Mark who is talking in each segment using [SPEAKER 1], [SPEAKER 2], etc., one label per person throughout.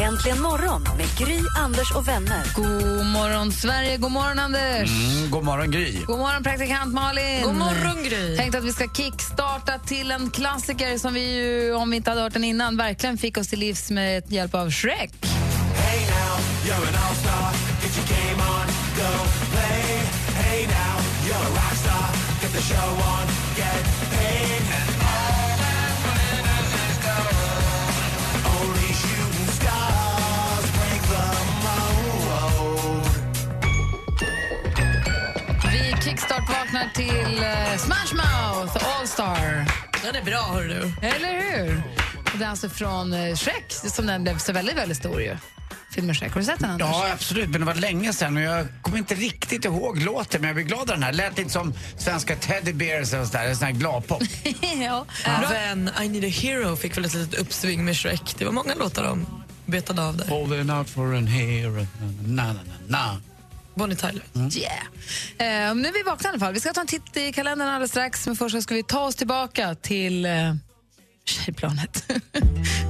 [SPEAKER 1] Äntligen morgon med Gry, Anders och vänner.
[SPEAKER 2] God morgon, Sverige. God morgon, Anders.
[SPEAKER 3] Mm, God morgon Gry.
[SPEAKER 2] God morgon, praktikant Malin.
[SPEAKER 4] God morgon, Gry.
[SPEAKER 2] Tänkte att vi ska kickstarta till en klassiker som vi ju, om vi inte hade hört den innan, verkligen fick oss till livs med hjälp av Shrek. Vi kickstart-vaknar till eh, Smash Mouth All Star.
[SPEAKER 4] Den är bra, hör du.
[SPEAKER 2] Eller hur? Och Det är alltså från eh, Shrek, som den blev så väldigt, väldigt stor ju. Filmen Shrek. Har du sett den, Anders?
[SPEAKER 3] Ja, absolut. Men det var länge sedan och jag kommer inte riktigt ihåg låten men jag blir glad av den här. Lät lite som svenska Teddy Bears eller sådär. En sån här gladpop.
[SPEAKER 2] ja.
[SPEAKER 4] Även I need a hero fick väl ett litet uppsving med Shrek. Det var många låtar de betade av där.
[SPEAKER 3] Holding out for an hero. Na, na, na, na.
[SPEAKER 4] Bonnie Tyler.
[SPEAKER 2] Yeah. Eh, nu är vi vakna i alla fall. Vi ska ta en titt i kalendern alldeles strax, men först så ska vi ta oss tillbaka till eh, tjejplanet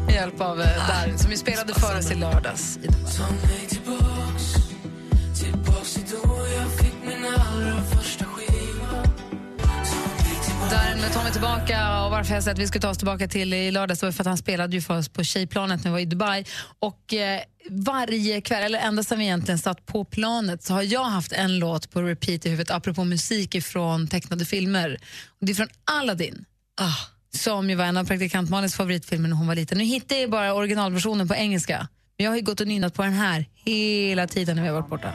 [SPEAKER 2] med hjälp av eh, Darin som ju spelade för oss i lördags. Darin med Tommy tillbaka och varför jag sa att vi skulle ta oss tillbaka till i lördags var för att han spelade ju för oss på tjejplanet när vi var i Dubai. Och eh, varje kväll, eller ända sedan vi egentligen satt på planet så har jag haft en låt på repeat i huvudet apropå musik från tecknade filmer. Och det är från Aladdin. Som ju var en av praktikant Malins favoritfilmer när hon var liten. Nu hittar jag bara originalversionen på engelska. Men jag har ju gått och nynnat på den här hela tiden när vi har varit borta.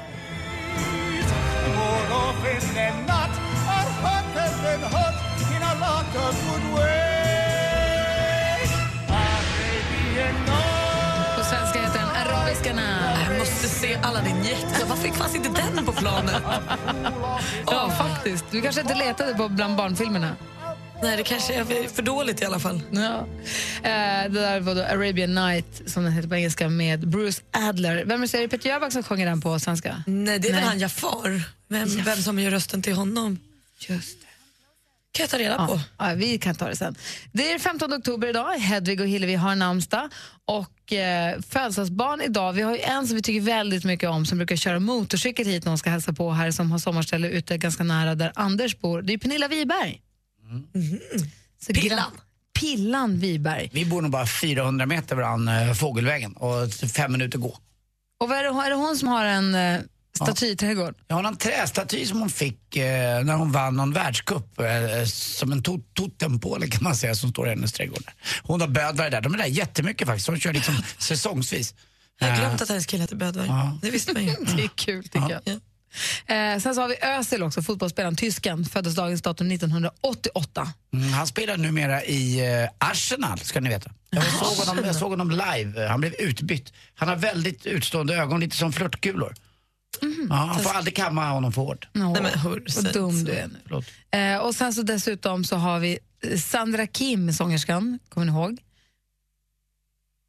[SPEAKER 2] På svenska heter den Arabiskarna.
[SPEAKER 4] Äh, Jag måste se alla din jätte. Varför fanns inte den på planet?
[SPEAKER 2] Ja, faktiskt. Du kanske inte letade på bland barnfilmerna?
[SPEAKER 4] Nej, det kanske är för dåligt i alla fall.
[SPEAKER 2] Ja. Eh, det där var då Arabian Night, som den heter på engelska, med Bruce Adler. Vem är det? Är det Peter Jöback som sjunger den på svenska?
[SPEAKER 4] Nej, det är
[SPEAKER 2] Nej.
[SPEAKER 4] väl han Jafar. Vem, vem som gör rösten till honom
[SPEAKER 2] Just det.
[SPEAKER 4] kan jag ta reda på.
[SPEAKER 2] Ja, ja, vi kan ta det sen. Det är 15 oktober idag. Hedvig och Hillevi har namnsdag. Och eh, födelsedagsbarn idag. Vi har ju en som vi tycker väldigt mycket om som brukar köra motorcykel hit när hon ska hälsa på här som har sommarställe ute ganska nära där Anders bor. Det är Pernilla Wiberg. Mm. Så
[SPEAKER 4] Pillan.
[SPEAKER 2] gran- Pillan Wiberg.
[SPEAKER 3] Vi bor nog bara 400 meter varann eh, fågelvägen och fem minuter gå.
[SPEAKER 2] Och vad är, det, är det hon som har en eh, staty i trädgården?
[SPEAKER 3] Jag har en trästaty som hon fick eh, när hon vann någon världscup. Eh, som en to- totempåle kan man säga som står i hennes trädgård. där. Hon har bödvar där. De är där jättemycket faktiskt. Hon kör liksom säsongsvis.
[SPEAKER 4] Jag har glömt att hennes kille heter Bödvar. Det visste man ju.
[SPEAKER 2] Det är kul tycker jag. Eh, sen så har vi Özil också, fotbollsspelaren, tysken, föddes dagens datum 1988.
[SPEAKER 3] Mm, han spelar numera i eh, Arsenal, ska ni veta. Jag såg, honom, jag såg honom live. Eh, Han blev utbytt. Han har väldigt utstående ögon, lite som flörtkulor.
[SPEAKER 2] Mhm.
[SPEAKER 3] Ja, han får aldrig kamma honom för hårt.
[SPEAKER 2] Nå,
[SPEAKER 4] Nej, men hur
[SPEAKER 2] vad
[SPEAKER 4] sägs
[SPEAKER 2] dum
[SPEAKER 4] så?
[SPEAKER 2] du är nu.
[SPEAKER 3] Förlåt.
[SPEAKER 2] Eh, och sen så dessutom så har vi eh, Sandra Kim, sångerskan, kommer ni
[SPEAKER 4] Mm.
[SPEAKER 2] ihåg?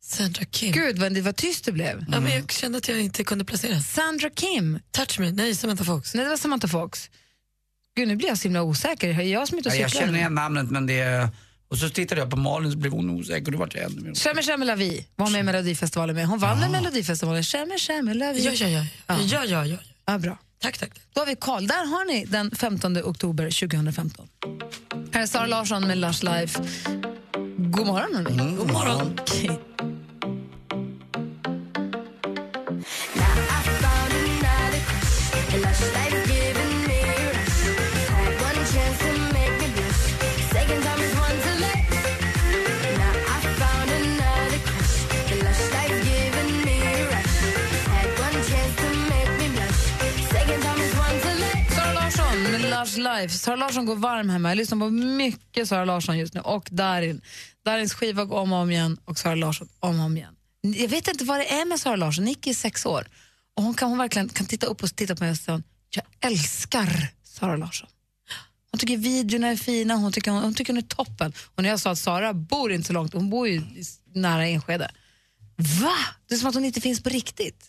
[SPEAKER 4] Sandra Kim.
[SPEAKER 2] Gud vad, det- vad tyst det blev.
[SPEAKER 4] Ja, men jag kände att jag inte kunde placera.
[SPEAKER 2] Sandra Kim,
[SPEAKER 4] Touch me. Nej, Samantha Fox.
[SPEAKER 2] nej det var Samantha Fox. Gud nu blir jag så himla osäker, är jag som är ute och
[SPEAKER 3] Ja, jag
[SPEAKER 2] cyklar?
[SPEAKER 3] känner
[SPEAKER 2] nu?
[SPEAKER 3] igen namnet men det... är- Och så tittade jag på Malin så blev hon osäker och då vart jag ännu mer osäker.
[SPEAKER 2] Shemmy Shemmy Lavi var med i Melodifestivalen med. Hon vann med Melodifestivalen. Shemmy Shemmy Lavi.
[SPEAKER 4] Ja, ja, ja. Ja, ja, ja. ja.
[SPEAKER 2] Ja, bra.
[SPEAKER 4] Tack, tack.
[SPEAKER 2] Då har vi Karl. Där har ni den 15 oktober 2015. Här är Sara Larsson med Lush Life. God morgon, hörni.
[SPEAKER 3] Mm, God morgon.
[SPEAKER 2] Okej. Sara Larsson med Lush Life. Sara Larsson går varm hemma. Jag lyssnar på mycket Sara Larsson just nu och Darin. Darins skiva går om och om igen och Sara Larsson om och om igen. Jag vet inte vad det är med Sara Larsson. Nick är sex år. Och hon kan, hon verkligen kan titta upp och titta på mig och säga jag älskar Sara Larsson. Hon tycker videorna är fina, hon tycker hon, hon tycker hon är toppen. Och när jag sa att Sara bor inte så långt, hon bor ju i s- nära Enskede. Va? Det är som att hon inte finns på riktigt.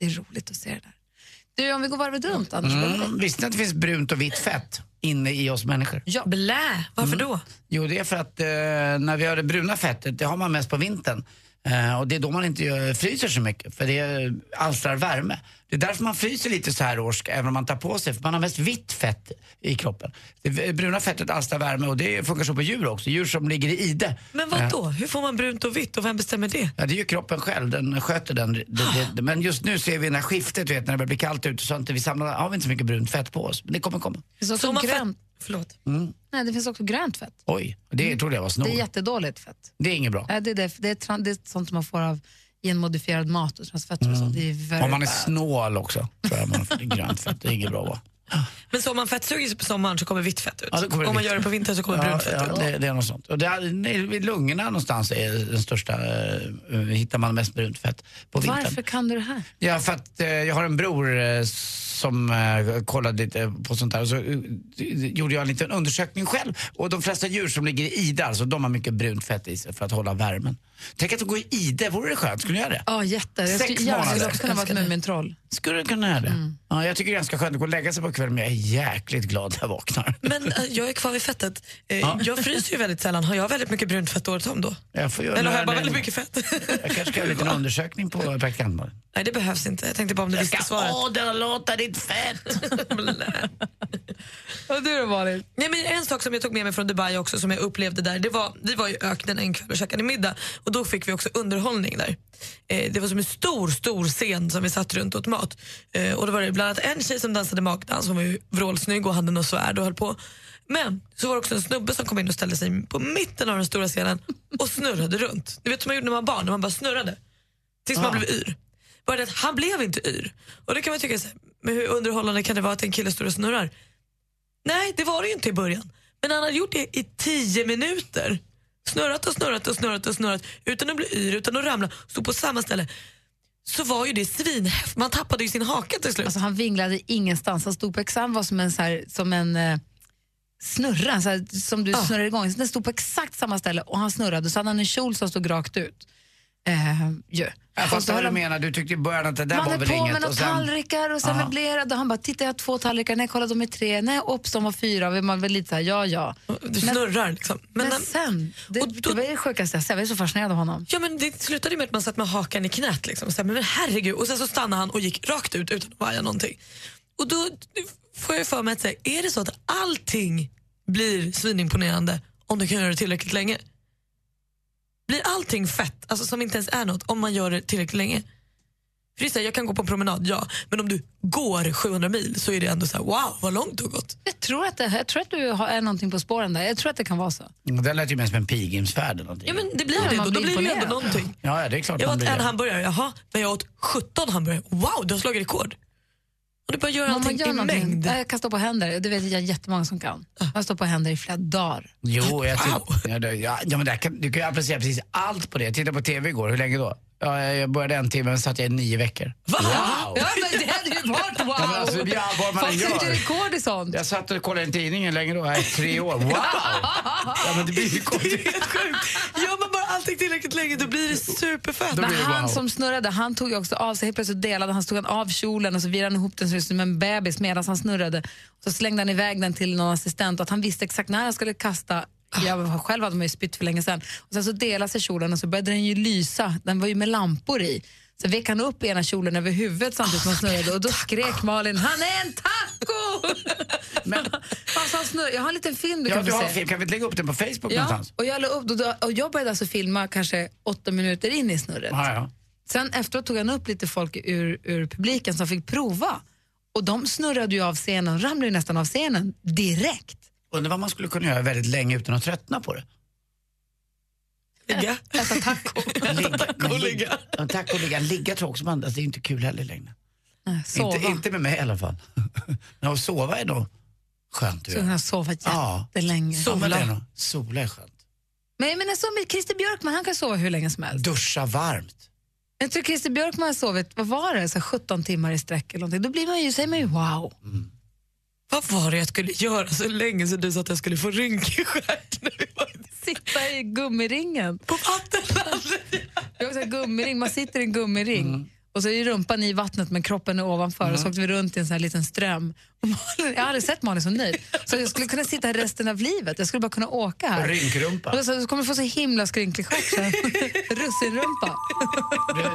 [SPEAKER 2] Det är roligt att se det där. Du, om vi går varvet runt, Anders.
[SPEAKER 3] Mm, visste ni att det finns brunt och vitt fett inne i oss människor?
[SPEAKER 2] Ja.
[SPEAKER 4] Blä, varför
[SPEAKER 2] Mm.
[SPEAKER 4] då?
[SPEAKER 3] Jo, det är för att eh, när vi har det bruna fettet, det har man mest på vintern. Eh, och det är då man inte gör, fryser så mycket, för det eh, alstrar värme. Det är därför man fryser lite så här års, även om man tar på sig, för man har mest vitt fett i kroppen. Det v- bruna fettet alstrar värme och det funkar så på djur också, djur som ligger i ide.
[SPEAKER 4] Men vad då? Hur får man brunt och vitt och vem bestämmer det?
[SPEAKER 3] Ja, det är ju kroppen själv, den sköter den. Det, det, det. Men just nu ser vi när skiftet, du vet, när det börjar bli kallt ute, så har inte vi samlar, har vi inte så mycket brunt fett på oss. Men det kommer komma.
[SPEAKER 2] Det finns också,
[SPEAKER 4] Så man får-
[SPEAKER 2] grönt,
[SPEAKER 4] Förlåt.
[SPEAKER 2] nej, det finns också grönt fett.
[SPEAKER 3] Oj, det trodde jag var snor.
[SPEAKER 2] Mm. Det är jättedåligt fett.
[SPEAKER 3] Det är inget bra.
[SPEAKER 2] Nej, det, är det, det, är tran- det är sånt som man får av genmodifierad mat och transfetter och sånt. Det Mm. är very
[SPEAKER 3] Om man är
[SPEAKER 2] bad.
[SPEAKER 3] snål också, tror jag man får grönt fett. Det är inget bra va?
[SPEAKER 4] Men så om man fettsuger sig på sommaren så kommer vitt fett ut.
[SPEAKER 3] Ja, då kommer det
[SPEAKER 4] om man
[SPEAKER 3] vitt.
[SPEAKER 4] gör det på vintern så kommer
[SPEAKER 3] Ja,
[SPEAKER 4] brunt fett
[SPEAKER 3] ja,
[SPEAKER 4] ut.
[SPEAKER 3] det, det är något sånt. Och det är, nej, vid lungorna någonstans är den största, eh, hittar man mest brunt fett på vintern.
[SPEAKER 2] Varför kan du det här?
[SPEAKER 3] Ja, för att eh, jag har en bror eh, som eh, kollade lite på sånt där och så eh, gjorde jag en liten undersökning själv. Och de flesta djur som ligger i ide, alltså, de har mycket brunt fett i sig för att hålla värmen. Tänk att gå i ide, vore det skönt? Skulle du göra det?
[SPEAKER 2] Ja, jätte. Jag
[SPEAKER 3] Sex
[SPEAKER 2] skulle gärna skulle
[SPEAKER 3] månader.
[SPEAKER 2] också kunna vara ett Mumintroll.
[SPEAKER 3] Skulle du kunna göra det?
[SPEAKER 2] Mm.
[SPEAKER 3] Ja, jag tycker det är ganska skönt att gå och lägga sig på kvällen men jag är jäkligt glad när jag vaknar.
[SPEAKER 4] Men eh, jag är kvar vid fettet. Eh, Jag fryser ju väldigt sällan. Har jag väldigt mycket brunt fett året om då?
[SPEAKER 3] Jag, får göra
[SPEAKER 4] Eller har jag
[SPEAKER 3] några-
[SPEAKER 4] bara väldigt mycket fett?
[SPEAKER 3] Jag kanske ska göra en liten undersökning på praktikanten.
[SPEAKER 4] Nej, det behövs inte. Jag tänkte bara om du visste svaret.
[SPEAKER 3] åderlåta ditt fett!
[SPEAKER 2] Och du då, Malin?
[SPEAKER 4] Nej, men en sak som jag tog med mig från Dubai också som jag upplevde där, det var, vi var i öknen en kväll och käkade middag och då fick vi också underhållning där. Eh, det var som en stor, stor scen som vi satt runt åt mat. Eh, och då var det bland annat en tjej som dansade makdans, hon var ju vrålsnygg och hade något svärd och höll på. Men så var det också en snubbe som kom in och ställde sig på mitten av den stora scenen och snurrade runt. Du vet som man gjorde när man var barn, när man bara snurrade. Tills man blev yr. Bara det att han blev inte yr. Och då kan man tycka så här, men hur underhållande kan det vara att en kille står och snurrar? Nej, det var det ju inte i början. Men han hade gjort det i tio minuter. Snurrat och snurrat och snurrat och snurrat utan att bli yr, utan att ramla. Stod på samma ställe. Så var ju det svinhäftigt. Man tappade ju sin haka till slut.
[SPEAKER 2] Alltså, han vinglade ingenstans. Han stod på exakt var som en, så här, som en eh, snurra så här, som du snurrar igång. Så Den stod på exakt samma ställe och han snurrade. Så hade han en kjol som stod rakt ut. Eh, ju.
[SPEAKER 3] Jag
[SPEAKER 2] Och så
[SPEAKER 3] fattar vad
[SPEAKER 2] höll
[SPEAKER 3] du
[SPEAKER 2] han-
[SPEAKER 3] menar, du tyckte i början att det där
[SPEAKER 2] Man
[SPEAKER 3] var
[SPEAKER 2] är
[SPEAKER 3] väl
[SPEAKER 2] på med
[SPEAKER 3] inget.
[SPEAKER 2] några
[SPEAKER 3] Och sen,
[SPEAKER 2] tallrikar och sen
[SPEAKER 3] Ja.
[SPEAKER 2] möblerade och han bara, tittar jag har två tallrikar, nej kolla de är tre, nej opps de var fyra. Och Man var lite såhär, ja ja.
[SPEAKER 4] Du snurrar liksom.
[SPEAKER 2] Men,
[SPEAKER 4] Men, när-
[SPEAKER 2] sen, det,
[SPEAKER 4] och då-
[SPEAKER 2] det var det sjukaste jag sett, jag är så fascinerad av honom.
[SPEAKER 4] ja, men det slutade ju med att man satt med hakan i knät. Liksom. Så här, men herregud. Och sen så stannade han och gick rakt ut utan att vaja någonting. Och då får jag för mig att säga, är det så att allting blir svinimponerande om du kan göra det tillräckligt länge? Blir allting fett, alltså som inte ens är något, om man gör det tillräckligt länge? För det är så här, jag kan gå på en promenad, ja. Men om du går 700 mil så är det ändå så här, wow, vad långt du har gått.
[SPEAKER 2] Jag tror att, det, jag tror att du har, är någonting på spåren där, jag tror att det kan vara så.
[SPEAKER 3] det där Mm, lät ju mest som en pilgrimsfärd eller någonting.
[SPEAKER 4] Ja, men det blir
[SPEAKER 2] Ja,
[SPEAKER 4] det
[SPEAKER 2] man
[SPEAKER 4] då. Då
[SPEAKER 2] blir
[SPEAKER 4] blir det ju ändå
[SPEAKER 2] imponerad.
[SPEAKER 4] någonting.
[SPEAKER 3] Ja, ja, det är klart
[SPEAKER 4] Jag
[SPEAKER 3] man
[SPEAKER 4] åt
[SPEAKER 3] blir
[SPEAKER 4] en
[SPEAKER 3] det.
[SPEAKER 4] hamburgare, jaha, men jag åt 17 hamburgare. Wow, du har slagit rekord. Och du bara gör
[SPEAKER 2] Om man
[SPEAKER 4] allting
[SPEAKER 2] gör
[SPEAKER 4] i
[SPEAKER 2] någonting,
[SPEAKER 4] mängd.
[SPEAKER 2] ja, jag kan stå på händer, det vet jag jättemånga som kan.
[SPEAKER 3] Ah.
[SPEAKER 2] Man står på händer i flera dagar.
[SPEAKER 3] Jo, jag tycker,
[SPEAKER 4] Wow.
[SPEAKER 3] ja, det, ja, ja, men det här kan, du kan ju applicera precis allt på det. Jag tittade på TV igår, hur länge då? Ja, jag jag började en timme, men satt jag i nio veckor. Wow!
[SPEAKER 2] Ja, men det hade ju varit wow!
[SPEAKER 3] men alltså, ja, vad man
[SPEAKER 2] Folk
[SPEAKER 3] gör.
[SPEAKER 2] sätter rekord i sånt.
[SPEAKER 3] Jag satt och kollade i tidningen länge då, här, tre år. Wow! Ja, men det blir ju konstigt.
[SPEAKER 2] Äh,
[SPEAKER 4] Gör man bara allting tillräckligt länge då blir det superfett.
[SPEAKER 3] Då
[SPEAKER 2] Men
[SPEAKER 3] blir det
[SPEAKER 2] han
[SPEAKER 3] wow.
[SPEAKER 2] som snurrade, han tog ju också av sig, helt plötsligt delade han, tog han av kjolen och så virade han ihop den så det såg ut som en bebis medan han snurrade. Så slängde han iväg den till någon assistent och att han visste exakt när han skulle kasta. Jag själv hade man ju spytt för länge sedan. Och sen så delade sig kjolen och så började den ju lysa, den var ju med lampor i. Så vek han upp ena kjolen över huvudet samtidigt som han snurrade och då skrek Malin, han är en taco! Men, alltså han snurrar. Jag har en liten film du
[SPEAKER 3] Ja,
[SPEAKER 2] kan
[SPEAKER 3] du
[SPEAKER 2] få
[SPEAKER 3] har en
[SPEAKER 2] se.
[SPEAKER 3] film. Kan vi inte lägga upp den på Facebook
[SPEAKER 2] Ja,
[SPEAKER 3] någonstans?
[SPEAKER 2] och, jag la upp, och då- och jag började alltså filma kanske åtta minuter in i snurret.
[SPEAKER 3] Ja, ja.
[SPEAKER 2] Sen efteråt tog han upp lite folk ur, ur publiken som fick prova. Och de snurrade ju av scenen, ramlade ju nästan av scenen direkt.
[SPEAKER 3] Undrar vad man skulle kunna göra väldigt länge utan att tröttna på det.
[SPEAKER 4] Ligga.
[SPEAKER 2] Äta taco.
[SPEAKER 3] Ligga,
[SPEAKER 4] Tack och ligga.
[SPEAKER 3] Ja, Tack och ligga. Ligga tror jag också man, alltså, det är inte kul heller längre.
[SPEAKER 2] Nej, sova.
[SPEAKER 3] Inte, inte med mig i alla fall. Ja, och sova är nog skönt. du
[SPEAKER 2] Så
[SPEAKER 3] vet.
[SPEAKER 2] hon har sovat
[SPEAKER 3] Ja.
[SPEAKER 2] jättelänge.
[SPEAKER 3] Ja, men det är
[SPEAKER 4] Sola.
[SPEAKER 3] nog- Sola är skönt.
[SPEAKER 2] alltså, Men jag menar som Christer Björkman, han kan sova hur länge som helst.
[SPEAKER 3] Duscha varmt.
[SPEAKER 2] Jag tror Christer Björkman har sovit, vad var det, så här 17 timmar i sträck eller någonting. Då blir man ju, säger man ju wow.
[SPEAKER 4] Vad var det jag skulle göra så länge sedan du sa att jag skulle få rynkig stjärt när vi var
[SPEAKER 2] Sitta i gummiringen.
[SPEAKER 4] på vattenlandet?
[SPEAKER 2] Vi har också en gummiring, man sitter i en gummiring. Och så är ju rumpan i vattnet men kroppen är ovanför och så åkte vi runt i en sån här liten ström. Och Malin, jag har aldrig sett Malin så nöjd. Så jag skulle kunna sitta här resten av livet. Jag skulle bara kunna åka här.
[SPEAKER 3] Rynkrumpa.
[SPEAKER 2] Och så, så kommer du få så himla skrynklig chock sen. Russinrumpa.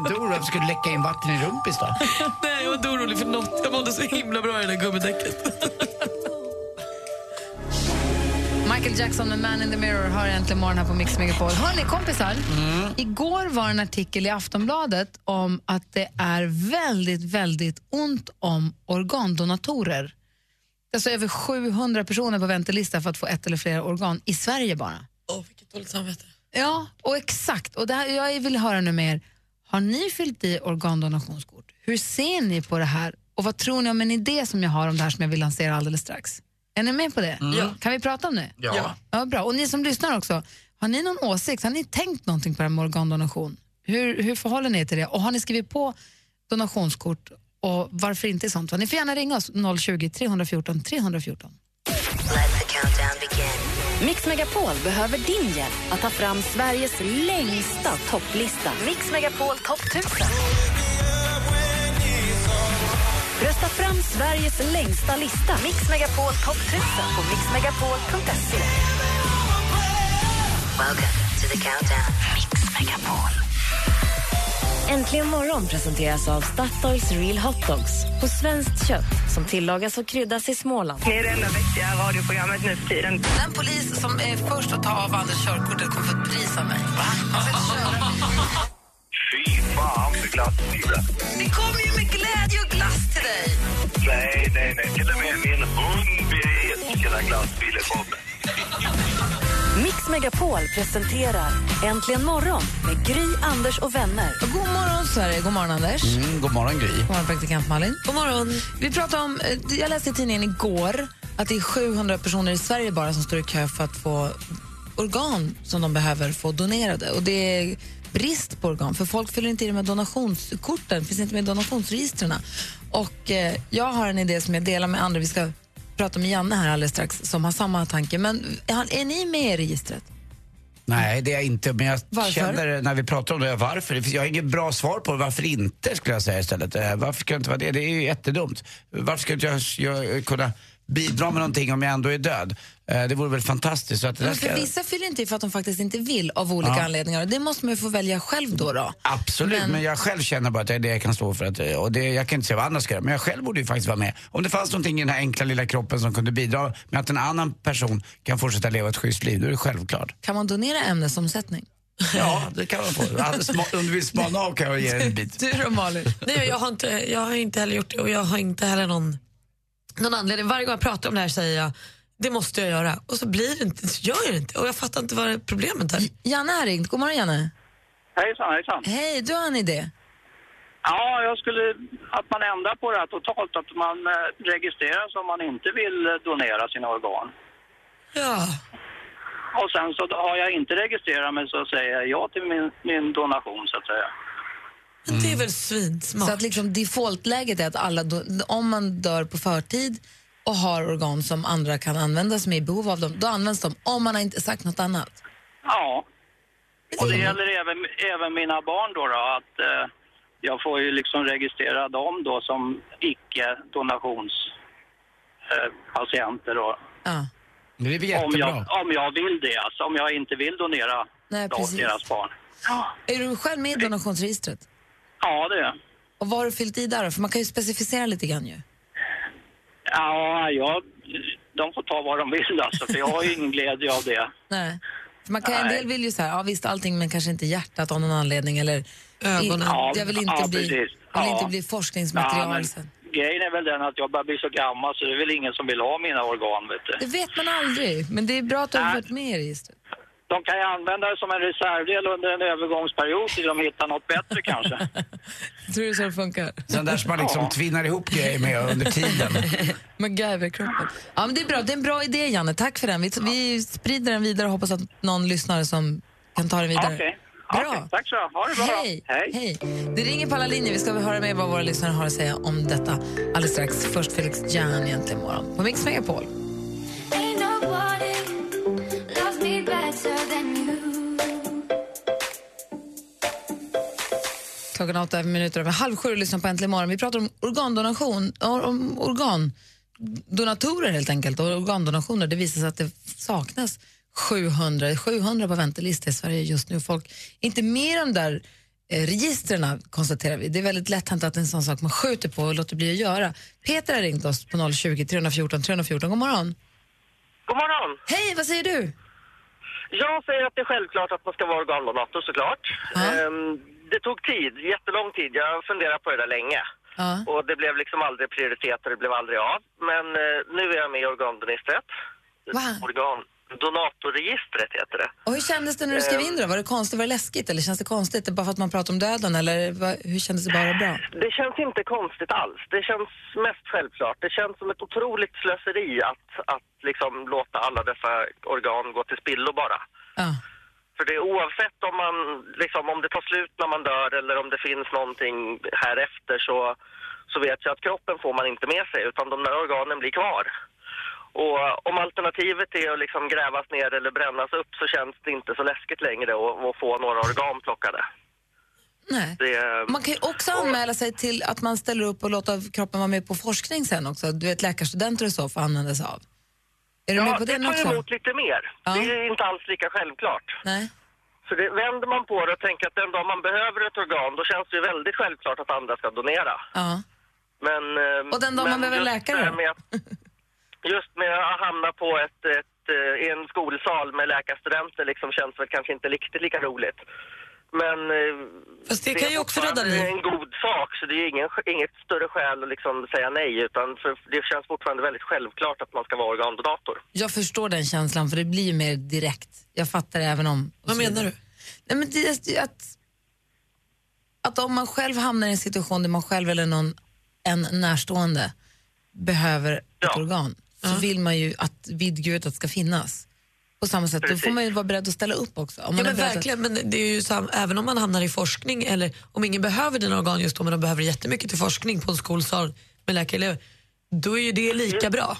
[SPEAKER 3] Du oroar att skulle läcka in vatten i rumpis då?
[SPEAKER 4] Nej, jag var inte orolig för något. Jag mådde så himla bra i det där gummidäcket.
[SPEAKER 2] Michael Jackson med Man in the Mirror har äntligen morgon här på Mix Megapol. Hörni, kompisar. Mm. Igår var en artikel i Aftonbladet om att det är väldigt, väldigt ont om organdonatorer. Alltså över 700 personer på väntelista för att få ett eller flera organ i Sverige bara.
[SPEAKER 4] Åh, vilket dåligt samvete.
[SPEAKER 2] Ja, och exakt. Och det här, jag vill höra nu med er. Har ni fyllt i organdonationskort? Hur ser ni på det här? Och vad tror ni om en idé som jag har om det här som jag vill lansera alldeles strax? Är ni med på det? Mm. Ja. Kan vi prata om det?
[SPEAKER 4] Ja.
[SPEAKER 2] Ja, bra. Och ni som lyssnar också, har ni någon åsikt? Har ni tänkt någonting på det här med organdonation? Hur, hur förhåller ni er till det? Och har ni skrivit på donationskort? Och varför inte i sånt? fall? Ni får gärna ringa oss 020-314 314.
[SPEAKER 1] Mix Megapol behöver din hjälp att ta fram Sveriges längsta topplista. Mix Megapol topp 1000. Rösta fram Sveriges längsta lista. Mix Megapol topp 1000 på mixmegapol.se. Welcome to the countdown. Mix Megapol. Äntligen morgon presenteras av Statoils Real Hot Dogs på svenskt kött som tillagas och kryddas i Småland.
[SPEAKER 5] Det är det enda vettiga radioprogrammet nu för tiden.
[SPEAKER 2] Den polis som är först att ta av Anders körkortet kommer få ett pris av mig.
[SPEAKER 6] Fy fan för glassbilar.
[SPEAKER 2] Det kommer ju med glädje och glass till dig.
[SPEAKER 6] Nej, nej, nej. Till och med min hund blir ilsken när glassbilen kommer.
[SPEAKER 1] Mix Megapol presenterar Äntligen morgon med Gry, Anders och vänner.
[SPEAKER 2] God morgon, Sverige. God morgon, Anders.
[SPEAKER 3] Mm, god morgon Gry.
[SPEAKER 2] God morgon, praktikant Malin.
[SPEAKER 4] God morgon.
[SPEAKER 2] Vi pratar om, eh, jag läste i tidningen igår att det är 700 personer i Sverige bara som står i kö för att få organ som de behöver få donerade. Och det är brist på organ, för folk fyller inte i de här donationskorten, finns inte med i donationsregistren. Och eh, jag har en idé som jag delar med andra, vi ska prata med Janne här alldeles strax, som har samma tanke. Men är, han- är ni med i registret?
[SPEAKER 3] Nej, det är jag inte. Men jag
[SPEAKER 2] Varför?
[SPEAKER 3] känner när vi pratar om det, varför? Det finns- Jag har inget bra svar på det. varför inte, skulle jag säga istället. Eh, Varför ska jag inte vara det? Det är ju jättedumt. Varför ska inte jag, jag eh, kunna bidra med någonting om jag ändå är död? Eh, Det vore väl fantastiskt. Så att det där
[SPEAKER 2] Men för
[SPEAKER 3] ska...
[SPEAKER 2] vissa fyller inte i för att de faktiskt inte vill av olika
[SPEAKER 3] Ja.
[SPEAKER 2] anledningar. Och det måste man ju få välja själv då. då.
[SPEAKER 3] Absolut, men... jag själv känner bara att det är det jag kan stå för. Att, eh, och det, jag kan inte säga vad andra ska göra, men jag själv borde ju faktiskt vara med. Om det fanns någonting i den här enkla lilla kroppen som kunde bidra med att en annan person kan fortsätta leva ett schysst liv, då är det självklart.
[SPEAKER 2] Kan man donera ämnesomsättning?
[SPEAKER 3] Ja, det kan man få. Alltså, sma- Om du vill spana av kan jag ge dig en bit.
[SPEAKER 2] Du då Malin?
[SPEAKER 4] Nej, jag har, inte, jag har inte heller gjort det och jag har inte heller någon, någon anledning. Varje gång jag pratar om det här säger jag det måste jag göra och så blir det inte, så gör jag det inte och jag fattar inte vad det är problemet är.
[SPEAKER 2] Janne har ringt. God morgon Janne.
[SPEAKER 6] Hejsan, hejsan.
[SPEAKER 2] Hej, du har en idé.
[SPEAKER 6] Ja, jag skulle... Att man ändrar på det här totalt. Att man eh, registreras om man inte vill eh, donera sina organ.
[SPEAKER 4] Ja.
[SPEAKER 6] Och sen så har jag inte registrerat mig så säger jag ja till min, min donation, så att säga.
[SPEAKER 4] Men det är
[SPEAKER 2] Mm.
[SPEAKER 4] väl
[SPEAKER 2] Så
[SPEAKER 4] svinsmart.
[SPEAKER 2] att liksom defaultläget är att alla, do- om man dör på förtid och har organ som andra kan använda som är i behov av dem, då används de om man har inte sagt något annat.
[SPEAKER 6] Ja. Och Alltså,
[SPEAKER 2] Mm.
[SPEAKER 6] det gäller även, även mina barn då, då att eh, jag får ju liksom registrera dem då som icke-donationspatienter eh, patienter då.
[SPEAKER 2] Ja.
[SPEAKER 3] Det är väl
[SPEAKER 6] Om jag,
[SPEAKER 3] jättebra.
[SPEAKER 6] om jag vill det alltså, om jag inte vill donera
[SPEAKER 2] Nej,
[SPEAKER 6] då
[SPEAKER 2] precis.
[SPEAKER 6] åt deras barn.
[SPEAKER 2] Är du själv med i donationsregistret?
[SPEAKER 6] Ja, det är
[SPEAKER 2] Och vad har du fyllt i där då? För man kan ju specificera lite grann ju.
[SPEAKER 6] Ja, jag, de får ta vad de vill alltså, för jag har ju ingen glädje av det.
[SPEAKER 2] Nej. För man kan, en
[SPEAKER 6] Nej.
[SPEAKER 2] del vill ju så här, ja visst allting men kanske inte hjärtat av någon anledning eller
[SPEAKER 4] Ögonen.
[SPEAKER 2] I, jag vill inte
[SPEAKER 6] Ja,
[SPEAKER 2] bli,
[SPEAKER 6] precis.
[SPEAKER 2] vill
[SPEAKER 6] Ja.
[SPEAKER 2] inte bli
[SPEAKER 6] Ja,
[SPEAKER 2] forskningsmaterial
[SPEAKER 6] men
[SPEAKER 2] sen.
[SPEAKER 6] grejen är väl den att jag börjar bli så gammal så det är väl ingen som vill ha mina organ, vet du.
[SPEAKER 2] Det vet man aldrig, men det är bra att du har
[SPEAKER 6] Nej.
[SPEAKER 2] varit med i registret.
[SPEAKER 6] De kan ju använda det som en reservdel under en övergångsperiod tills de hittar något bättre kanske.
[SPEAKER 2] Tror du så det funkar?
[SPEAKER 3] Sen där som man liksom
[SPEAKER 6] Ja.
[SPEAKER 3] tvinnar ihop grejer med under tiden.
[SPEAKER 2] MacGyver-kroppen. Ja, men det är bra. Det är en bra idé, Janne. Tack för den. Vi, vi sprider den vidare och hoppas att någon lyssnare som kan ta den vidare.
[SPEAKER 6] Okej.
[SPEAKER 2] Bra.
[SPEAKER 7] Okej, tack så mycket. Ha det bra. då.
[SPEAKER 2] Hej. Hej! Det ringer på alla linjer. Vi ska väl höra med vad våra lyssnare har att säga om detta alldeles strax. Först Felix Jan egentligen imorgon på Mix Megapol. Klockan är åtta minuter över halv sju och lyssnar på Äntligen morgon. Vi pratar om organdonation, or- om organdonatorer helt enkelt och organdonationer. Det visar sig att det saknas 700, 700 på väntelista i Sverige just nu. Folk inte mer de där eh, registren konstaterar vi. Det är väldigt lätt hänt att en sån sak man skjuter på och låter bli att göra. Peter har ringt oss på 020 314 314. God morgon.
[SPEAKER 6] God morgon.
[SPEAKER 2] Hej, vad säger du?
[SPEAKER 6] Jag säger att det är självklart att man ska vara organdonator såklart.
[SPEAKER 2] Ja.
[SPEAKER 6] Ehm, det tog tid, jättelång tid. Jag funderade på det där länge.
[SPEAKER 2] Ja.
[SPEAKER 6] Och det blev liksom aldrig prioritet och det blev aldrig av. Men eh, nu är jag med i organdonistret.
[SPEAKER 2] Va?
[SPEAKER 6] Organdonatorregistret heter det.
[SPEAKER 2] Och hur kändes det när du skrev in det då? Var det konstigt, var det läskigt eller känns det konstigt bara för att man pratar om döden eller vad- hur kändes det bara bra?
[SPEAKER 6] Det känns inte konstigt alls. Det känns mest självklart. Det känns som ett otroligt slöseri att, att liksom låta alla dessa organ gå till spillo bara.
[SPEAKER 2] Ja.
[SPEAKER 6] För det är oavsett om, man, liksom, om det tar slut när man dör eller om det finns någonting här efter så, så vet jag att kroppen får man inte med sig utan de där organen blir kvar. Och om alternativet är att liksom grävas ner eller brännas upp så känns det inte så läskigt längre att, att få några organ plockade.
[SPEAKER 2] Nej.
[SPEAKER 6] Det, är-
[SPEAKER 2] Man kan ju också anmäla sig till att man ställer upp och låter kroppen vara med på forskning sen också. Du vet läkarstudenter och så får använda sig av. Är du med
[SPEAKER 6] ja,
[SPEAKER 2] på
[SPEAKER 6] det
[SPEAKER 2] den
[SPEAKER 6] tar
[SPEAKER 2] också?
[SPEAKER 6] emot lite mer.
[SPEAKER 2] Ja.
[SPEAKER 6] Det är inte alls lika självklart.
[SPEAKER 2] Nej.
[SPEAKER 6] För det, vänder man på det och tänker att den dag man behöver ett organ då känns det ju väldigt självklart att andra ska donera.
[SPEAKER 2] Ja.
[SPEAKER 6] Men, ehm,
[SPEAKER 2] Och den dagen
[SPEAKER 6] men
[SPEAKER 2] man behöver en
[SPEAKER 6] just
[SPEAKER 2] läkare
[SPEAKER 6] det här
[SPEAKER 2] då?
[SPEAKER 6] med att- Just med att hamna på ett, ett, eh, i en skolsal med läkarstudenter liksom känns väl kanske inte riktigt lika roligt. Men eh,
[SPEAKER 4] Fast det kan
[SPEAKER 6] är
[SPEAKER 4] ju också rädda
[SPEAKER 6] fortfarande
[SPEAKER 4] liv.
[SPEAKER 6] en god sak så det är ju ingen, inget större skäl att liksom säga nej utan för det känns fortfarande väldigt självklart att man ska vara organdonator.
[SPEAKER 2] Jag förstår den känslan för det blir ju mer direkt. Jag fattar det även om...
[SPEAKER 4] Vad menar du?
[SPEAKER 2] Nej, men det är ju att, att om man själv hamnar i en situation där man själv eller någon, en närstående behöver ett
[SPEAKER 6] Ja.
[SPEAKER 2] organ så vill man ju att vidgudet ska finnas. På samma sätt, då får
[SPEAKER 6] Precis.
[SPEAKER 2] man ju vara beredd att ställa upp också. Om man
[SPEAKER 4] Ja,
[SPEAKER 2] är
[SPEAKER 4] men
[SPEAKER 2] beredd att-
[SPEAKER 4] verkligen, men det är ju så här, även om man hamnar i forskning eller om ingen behöver dina organ just då men de behöver jättemycket till forskning på en skolsal med läkarelever, då är ju det lika bra.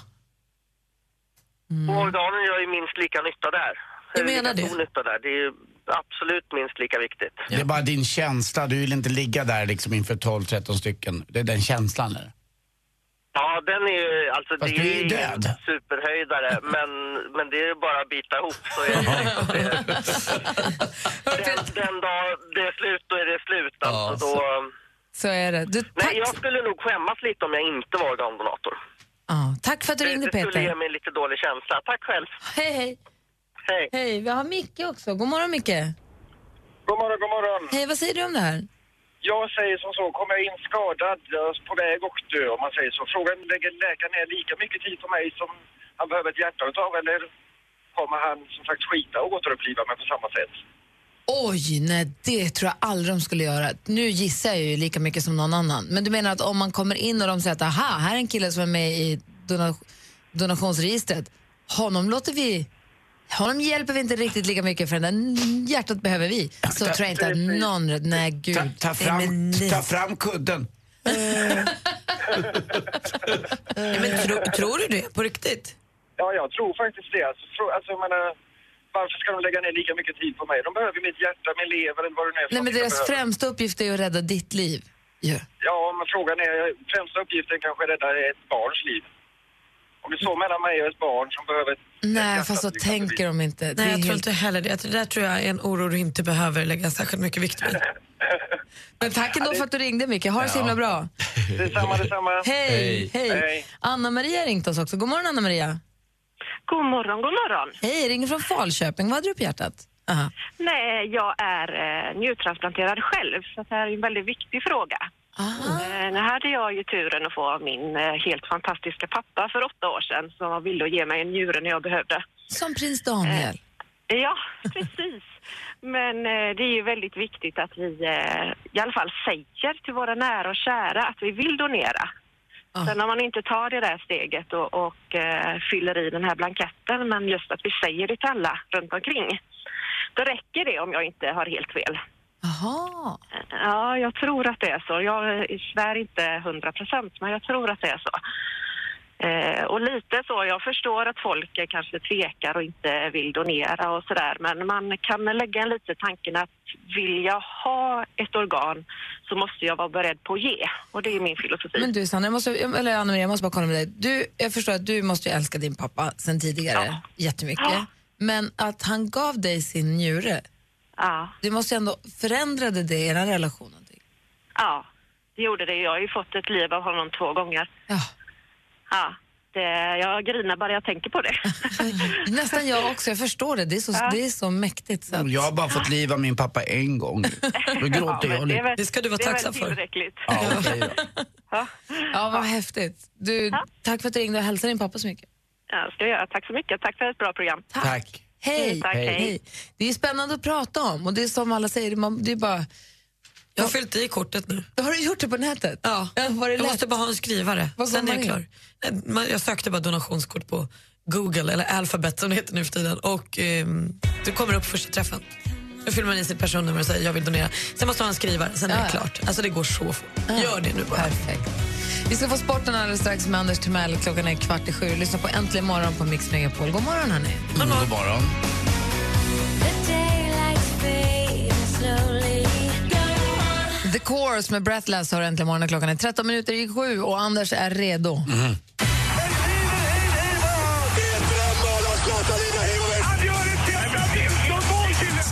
[SPEAKER 6] Och organen gör ju minst lika nytta där.
[SPEAKER 4] Jag
[SPEAKER 6] Eller
[SPEAKER 4] menar
[SPEAKER 6] lika stor
[SPEAKER 4] det.
[SPEAKER 6] Nytta där. Det är ju absolut minst lika viktigt.
[SPEAKER 3] Det är bara din känsla, du vill inte ligga där liksom inför 12-13 stycken. Det är den känslan eller?
[SPEAKER 6] Ja, den är ju, alltså
[SPEAKER 3] Fast
[SPEAKER 6] det
[SPEAKER 3] du
[SPEAKER 6] är
[SPEAKER 3] är ju
[SPEAKER 6] ju
[SPEAKER 3] död.
[SPEAKER 6] en superhöjdare, men, men det är ju bara att bita ihop. Så är det, den, den dag det är slut, då är det slut. Alltså, då,
[SPEAKER 2] Så är det. Du, tack.
[SPEAKER 6] nej, jag skulle nog skämmas lite om jag inte var organdonator.
[SPEAKER 2] Ja, tack för att du
[SPEAKER 6] Det,
[SPEAKER 2] ringde
[SPEAKER 6] det skulle ge
[SPEAKER 2] Peter.
[SPEAKER 6] mig lite dålig känsla. Tack själv.
[SPEAKER 2] Hej, hej.
[SPEAKER 6] Hej.
[SPEAKER 2] Hej, vi har Micke också. God morgon Micke.
[SPEAKER 6] Mm.
[SPEAKER 8] God morgon, god morgon.
[SPEAKER 2] Hej, vad säger du om det här?
[SPEAKER 8] Jag säger som så, kommer jag in skadad, jag är på väg och dö om man säger så. Frågan lägger läkaren ner lika mycket tid på mig som han behöver ett hjärtavtav eller kommer han som sagt skita och återuppliva mig på samma sätt?
[SPEAKER 2] Oj, nej det tror jag aldrig de skulle göra. Nu gissar jag ju lika mycket som någon annan. Men du menar att om man kommer in och de säger att aha, här är en kille som är med i dona- donationsregistret. Honom låter vi... Honom hjälper vi inte riktigt lika mycket för den där hjärtat behöver vi. Så tror jag inte att någon... Nej, gud.
[SPEAKER 3] Ta, ta, fram,
[SPEAKER 2] Nej, men-
[SPEAKER 3] ta fram kudden.
[SPEAKER 4] Nej, men tro, tror du det på riktigt?
[SPEAKER 8] Ja, jag tror faktiskt det. Alltså, frå- alltså jag menar, varför ska de lägga ner lika mycket tid på mig? De behöver mitt hjärta, min lever eller vad det nu är för
[SPEAKER 2] Nej, men
[SPEAKER 8] någonting de
[SPEAKER 2] deras
[SPEAKER 8] behöver.
[SPEAKER 2] främsta uppgift är ju att rädda ditt liv. Ja.
[SPEAKER 8] Ja, men frågan är, främsta uppgiften kanske är rädda ett barns liv. Om det står mellan mig och ett barn som behöver... ett
[SPEAKER 2] Nej,
[SPEAKER 8] hjärta
[SPEAKER 2] fast så
[SPEAKER 8] till exempel.
[SPEAKER 2] tänker de inte. Det är
[SPEAKER 4] Nej, jag tror
[SPEAKER 2] helt-
[SPEAKER 4] inte heller det. Det där tror jag är en oro du inte behöver lägga särskilt mycket vikt vid.
[SPEAKER 2] Men tack ändå för att du ringde, Micke. Ha det så
[SPEAKER 3] Ja.
[SPEAKER 2] himla bra.
[SPEAKER 8] Detsamma, detsamma.
[SPEAKER 2] Hej! Hej.
[SPEAKER 8] Hej.
[SPEAKER 2] Anna-Maria har ringt oss också. God morgon, Anna-Maria.
[SPEAKER 6] God morgon, god morgon.
[SPEAKER 2] Hej, jag ringer från Falköping. Vad hade du på hjärtat? Aha.
[SPEAKER 6] Nej, jag är eh, njurtransplanterad själv, så det här är en väldigt viktig fråga.
[SPEAKER 2] Aha.
[SPEAKER 6] Eh, Nu hade jag ju turen att få av min eh, helt fantastiska pappa för åtta år sedan som var villig att ge mig en njure när jag behövde.
[SPEAKER 2] Som prins Daniel.
[SPEAKER 6] Ja, precis. Men eh, det är ju väldigt viktigt att vi eh, i alla fall säger till våra nära och kära att vi vill donera.
[SPEAKER 2] Ja.
[SPEAKER 6] Sen om man inte tar det där steget och, och eh, fyller i den här blanketten, men just att vi säger det till alla runt omkring. Då räcker det om jag inte har helt fel.
[SPEAKER 9] Jaha.
[SPEAKER 6] Ja, jag tror att det är så. Jag svär inte hundra procent, men jag tror att det är så. Eh, och lite så, jag förstår att folk eh, kanske tvekar och inte vill donera och sådär, men man kan lägga en liten tanken att vill jag ha ett organ så måste jag vara beredd på att ge. Och det är min filosofi.
[SPEAKER 2] Men du Sanna, jag måste, eller Anna Maria, jag måste bara kolla med dig. Du, jag förstår att du måste ju älska din pappa sen tidigare jättemycket.
[SPEAKER 6] Ja.
[SPEAKER 2] Men att han gav dig sin njure, det måste ju ändå förändrade det i er relation.
[SPEAKER 6] Ja, det gjorde det. Jag har ju fått ett liv av honom två gånger.
[SPEAKER 2] Ja.
[SPEAKER 6] Ja, det, jag grinar bara jag tänker på det.
[SPEAKER 2] Nästan jag också, jag förstår det. Det är så,
[SPEAKER 6] Ja.
[SPEAKER 2] det är så mäktigt. Så att,
[SPEAKER 3] Jag har bara fått liv av min pappa en gång. Då gråter jag lite.
[SPEAKER 6] tillräckligt.
[SPEAKER 3] Ja, okej då.
[SPEAKER 2] ja, vad häftigt. Du, Tack för att du ringde och hälsade din pappa så mycket.
[SPEAKER 6] Ja, ska jag göra. Tack så mycket. Tack för ett bra program.
[SPEAKER 3] Mm, Tack.
[SPEAKER 2] Hej.
[SPEAKER 6] Tack, hej.
[SPEAKER 2] Det är ju spännande att prata om och det är som alla säger, man, det är bara...
[SPEAKER 4] Jag har fyllt i kortet nu.
[SPEAKER 2] Har du gjort det på nätet? Ja. Var det
[SPEAKER 4] Jag måste bara ha en skrivare.
[SPEAKER 2] Vad går
[SPEAKER 4] Sen är
[SPEAKER 2] man
[SPEAKER 4] jag
[SPEAKER 2] in?
[SPEAKER 4] klar. Nej, man- Jag sökte bara donationskort på Google, eller Alphabet som det heter nu för tiden. Och ehm, det kommer upp första träffen. Då fyller man i sitt personnummer och säger jag vill donera. Sen måste man ha en skrivare, sen är
[SPEAKER 2] Ja,
[SPEAKER 4] det
[SPEAKER 2] ja.
[SPEAKER 4] klart. Alltså det går så fort. Gör det nu bara.
[SPEAKER 2] Perfekt. Vi ska få sporten alldeles strax med Anders Timell. Klockan är kvart i sju. Lyssna på Äntligen morgon på Mix Megapol. God morgon, hörni.
[SPEAKER 3] God morgon.
[SPEAKER 2] The Course med Breathless har Äntligen morgon. Klockan är 13 minuter i sju och Anders är redo.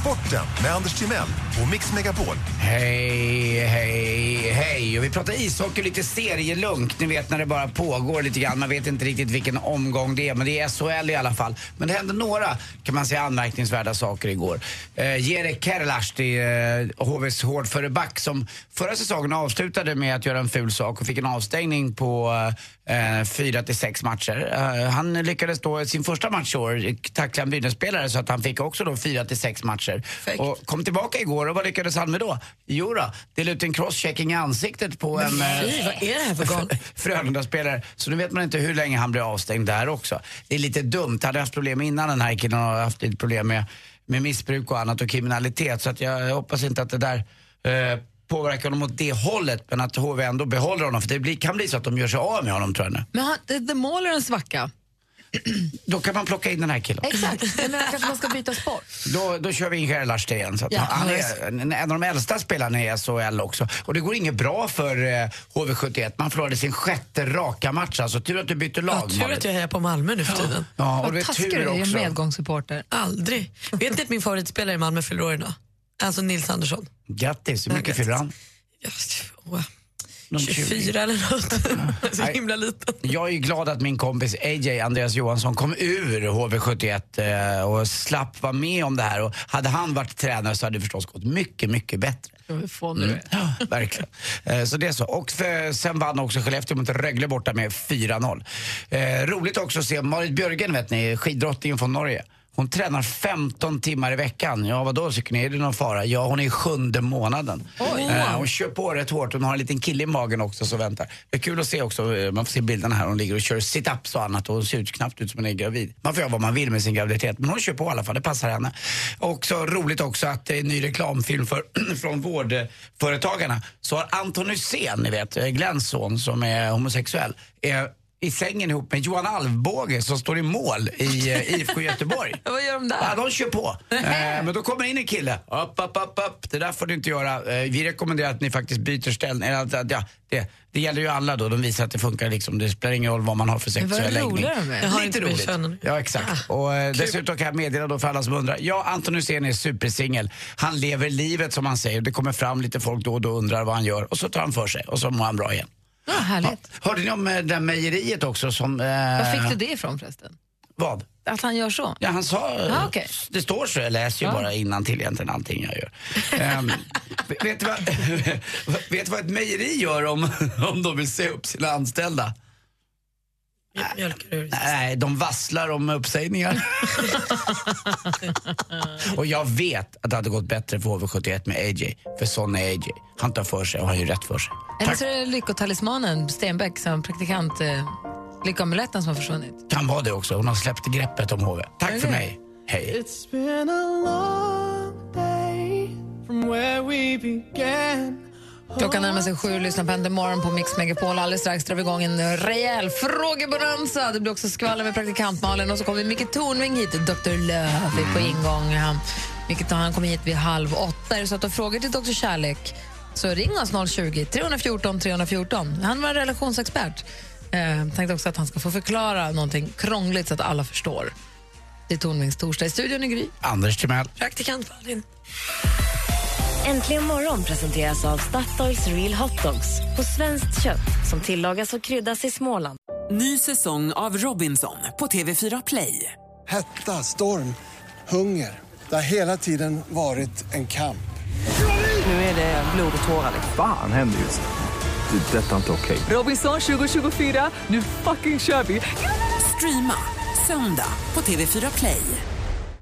[SPEAKER 8] Sporten med Anders Timell och Mix Megapol.
[SPEAKER 3] Hej, hej, hej. Och vi pratar ishockey lite serielunk. Ni vet när det bara pågår lite grann. Man vet inte riktigt vilken omgång det är, men det är SHL i alla fall. Men det hände några, kan man säga, anmärkningsvärda saker igår. Eh, Jerek Kerlahti, eh, HVs hårdföre back, som förra säsongen avslutade med att göra en ful sak och fick en avstängning på eh, fyra till sex matcher. Eh, han lyckades då i sin första match i år tackla en bytesspelare så att han fick också då fyra till sex matcher. Och kom tillbaka igår och vad lyckades han med då? Jo då, delade ut en crosschecking i ansiktet på en... eh,
[SPEAKER 4] fy, vad är det här för galning?
[SPEAKER 3] Frölunda-spelare. Så nu vet man inte hur länge han blir avstängd där också. Det är lite dumt. Han hade haft problem innan den här killen och haft lite problem med, med missbruk och annat och kriminalitet. Så att jag hoppas inte att det där eh, påverkar honom åt det hållet. Men att HV ändå behåller honom. För det blir, kan bli så att de gör sig av med honom tror jag nu.
[SPEAKER 2] Men har inte The Mauler en svacka?
[SPEAKER 3] Då kan man plocka in den här killen.
[SPEAKER 2] Exakt. Jag menar, kanske man ska byta sport.
[SPEAKER 3] Då, då kör vi in Gerhard Larsson igen. Så att
[SPEAKER 2] Ja,
[SPEAKER 3] han
[SPEAKER 2] visst.
[SPEAKER 3] är en, en av de äldsta spelarna i SHL också. Och det går inget bra för eh, HV71. Man förlorade sin sjätte raka match. Alltså tur att du bytte lag.
[SPEAKER 4] Tur
[SPEAKER 3] Malin.
[SPEAKER 4] att jag hejar på Malmö nu för tiden.
[SPEAKER 3] Ja, och du vet tur också.
[SPEAKER 2] medgångssupporter.
[SPEAKER 4] Aldrig. Vet ni att min favoritspelare i Malmö fyller år idag? Alltså Nils Andersson.
[SPEAKER 3] Grattis, hur mycket
[SPEAKER 4] Grattis.
[SPEAKER 3] fyller han?
[SPEAKER 4] Åh,
[SPEAKER 3] Någon
[SPEAKER 4] 24 eller något. Så
[SPEAKER 3] Nej.
[SPEAKER 4] himla liten.
[SPEAKER 3] Jag är ju glad att min kompis AJ, Andreas Johansson, kom ur HV71 eh, och slapp vara med om det här. Och hade han varit tränare så hade det förstås gått mycket, mycket bättre. Mm. Ja, verkligen. Eh, Så det är så. Och för, sen vann också Skellefteå mot Rögle borta med 4-0. Eh, roligt också att se Marit Björgen, vet ni, skidrottningen från Norge. Hon tränar 15 timmar i veckan. Ja, vadå tycker ni? Är det någon fara? Ja, hon är i sjunde månaden.
[SPEAKER 10] Oj.
[SPEAKER 3] Eh, hon kör på rätt hårt. Hon har en liten kille i magen också som väntar. Det är kul att se också, eh, man får se bilderna här. Hon ligger och kör sit-ups och annat och hon ser ut knappt ut som hon är gravid. Man får göra vad man vill med sin graviditet, men hon kör på i alla fall. Det passar henne. Och så roligt också att det är en ny reklamfilm för, från vårdföretagarna. Så har Anton Hysén, ni vet, eh, Glenns son som är homosexuell, är i sängen ihop med Johan Alvbåge som står i mål i eh, IFK Göteborg.
[SPEAKER 2] Vad gör de där?
[SPEAKER 3] Ja, de kör på. Eh, men då kommer in en kille. Upp, upp, upp, upp. Det där får du inte göra. Eh, vi rekommenderar att ni faktiskt byter ställning. Eller att- att- Ja, det, det gäller ju alla då. De visar att det funkar liksom. Det spelar ingen roll vad man har för
[SPEAKER 2] Men vad
[SPEAKER 3] sexuell läggning.
[SPEAKER 2] roliga de är. Jag har
[SPEAKER 3] Lite
[SPEAKER 2] inte bytt könen.
[SPEAKER 3] roligt. Ja, exakt.
[SPEAKER 2] Ah,
[SPEAKER 3] och eh, dessutom kan jag meddela då för alla som undrar. Ja, Anton Hysén är supersingel. Han lever livet som han säger. Det kommer fram lite folk då och då och undrar vad han gör. Och så tar han för sig och så mår han bra igen.
[SPEAKER 2] Ja, härligt.
[SPEAKER 3] Hörde ni om eh, det där mejeriet också som... eh,
[SPEAKER 2] Var fick du det ifrån förresten?
[SPEAKER 3] Vad?
[SPEAKER 2] Att han gör så?
[SPEAKER 3] Ja, han sa...
[SPEAKER 2] Ah, okej.
[SPEAKER 3] Det står så, jag läser
[SPEAKER 2] Ja.
[SPEAKER 3] ju bara innantill egentligen allting jag gör. Ehm, vet, du vad, vet du vad ett mejeri gör om, om de vill se upp sina anställda? Nej, de vasslar om uppsägningar. och jag vet att det hade gått bättre för HV71 med AJ, för sån är AJ. Han tar för sig och har ju rätt för sig.
[SPEAKER 2] Eller så är det lyckotalismanen Stenbeck, som praktikant eh, lyckoamuletten som har försvunnit.
[SPEAKER 3] Kan vara det också, hon har släppt greppet om HV. Tack för mig, hej.
[SPEAKER 11] It's been a long
[SPEAKER 12] where we began.
[SPEAKER 2] Klockan närmar sig sju, lyssna på Äntligen morgon på Mix Megapol. Alldeles strax drar vi igång en rejäl frågebonanza. Det blir också skvaller med praktikant Malin och så kommer Micke Tornving hit, Dr. Löf är på ingång. Han, Micke, han kommer hit vid halv åtta. Är det så att du har frågor till Dr. Kärlek så ring oss 020-314 314. Han var en relationsexpert. Eh, tänkte också att han ska få förklara någonting krångligt så att alla förstår. Det är Tornvings torsdag i studion i Gry.
[SPEAKER 3] Anders Timell.
[SPEAKER 13] Praktikant Malin.
[SPEAKER 1] Äntligen morgon presenteras av Statoils Real Hot Dogs på svenskt kött som tillagas och kryddas i Småland.
[SPEAKER 14] Ny säsong av Robinson på TV4 Play.
[SPEAKER 15] Hetta, storm, hunger. Det har hela tiden varit en kamp.
[SPEAKER 14] Nu är det blod och tårar.
[SPEAKER 16] Fan händer just nu. Det. är Detta är inte okej.
[SPEAKER 14] Robinson 2024, nu fucking kör vi! Streama söndag på TV4 Play.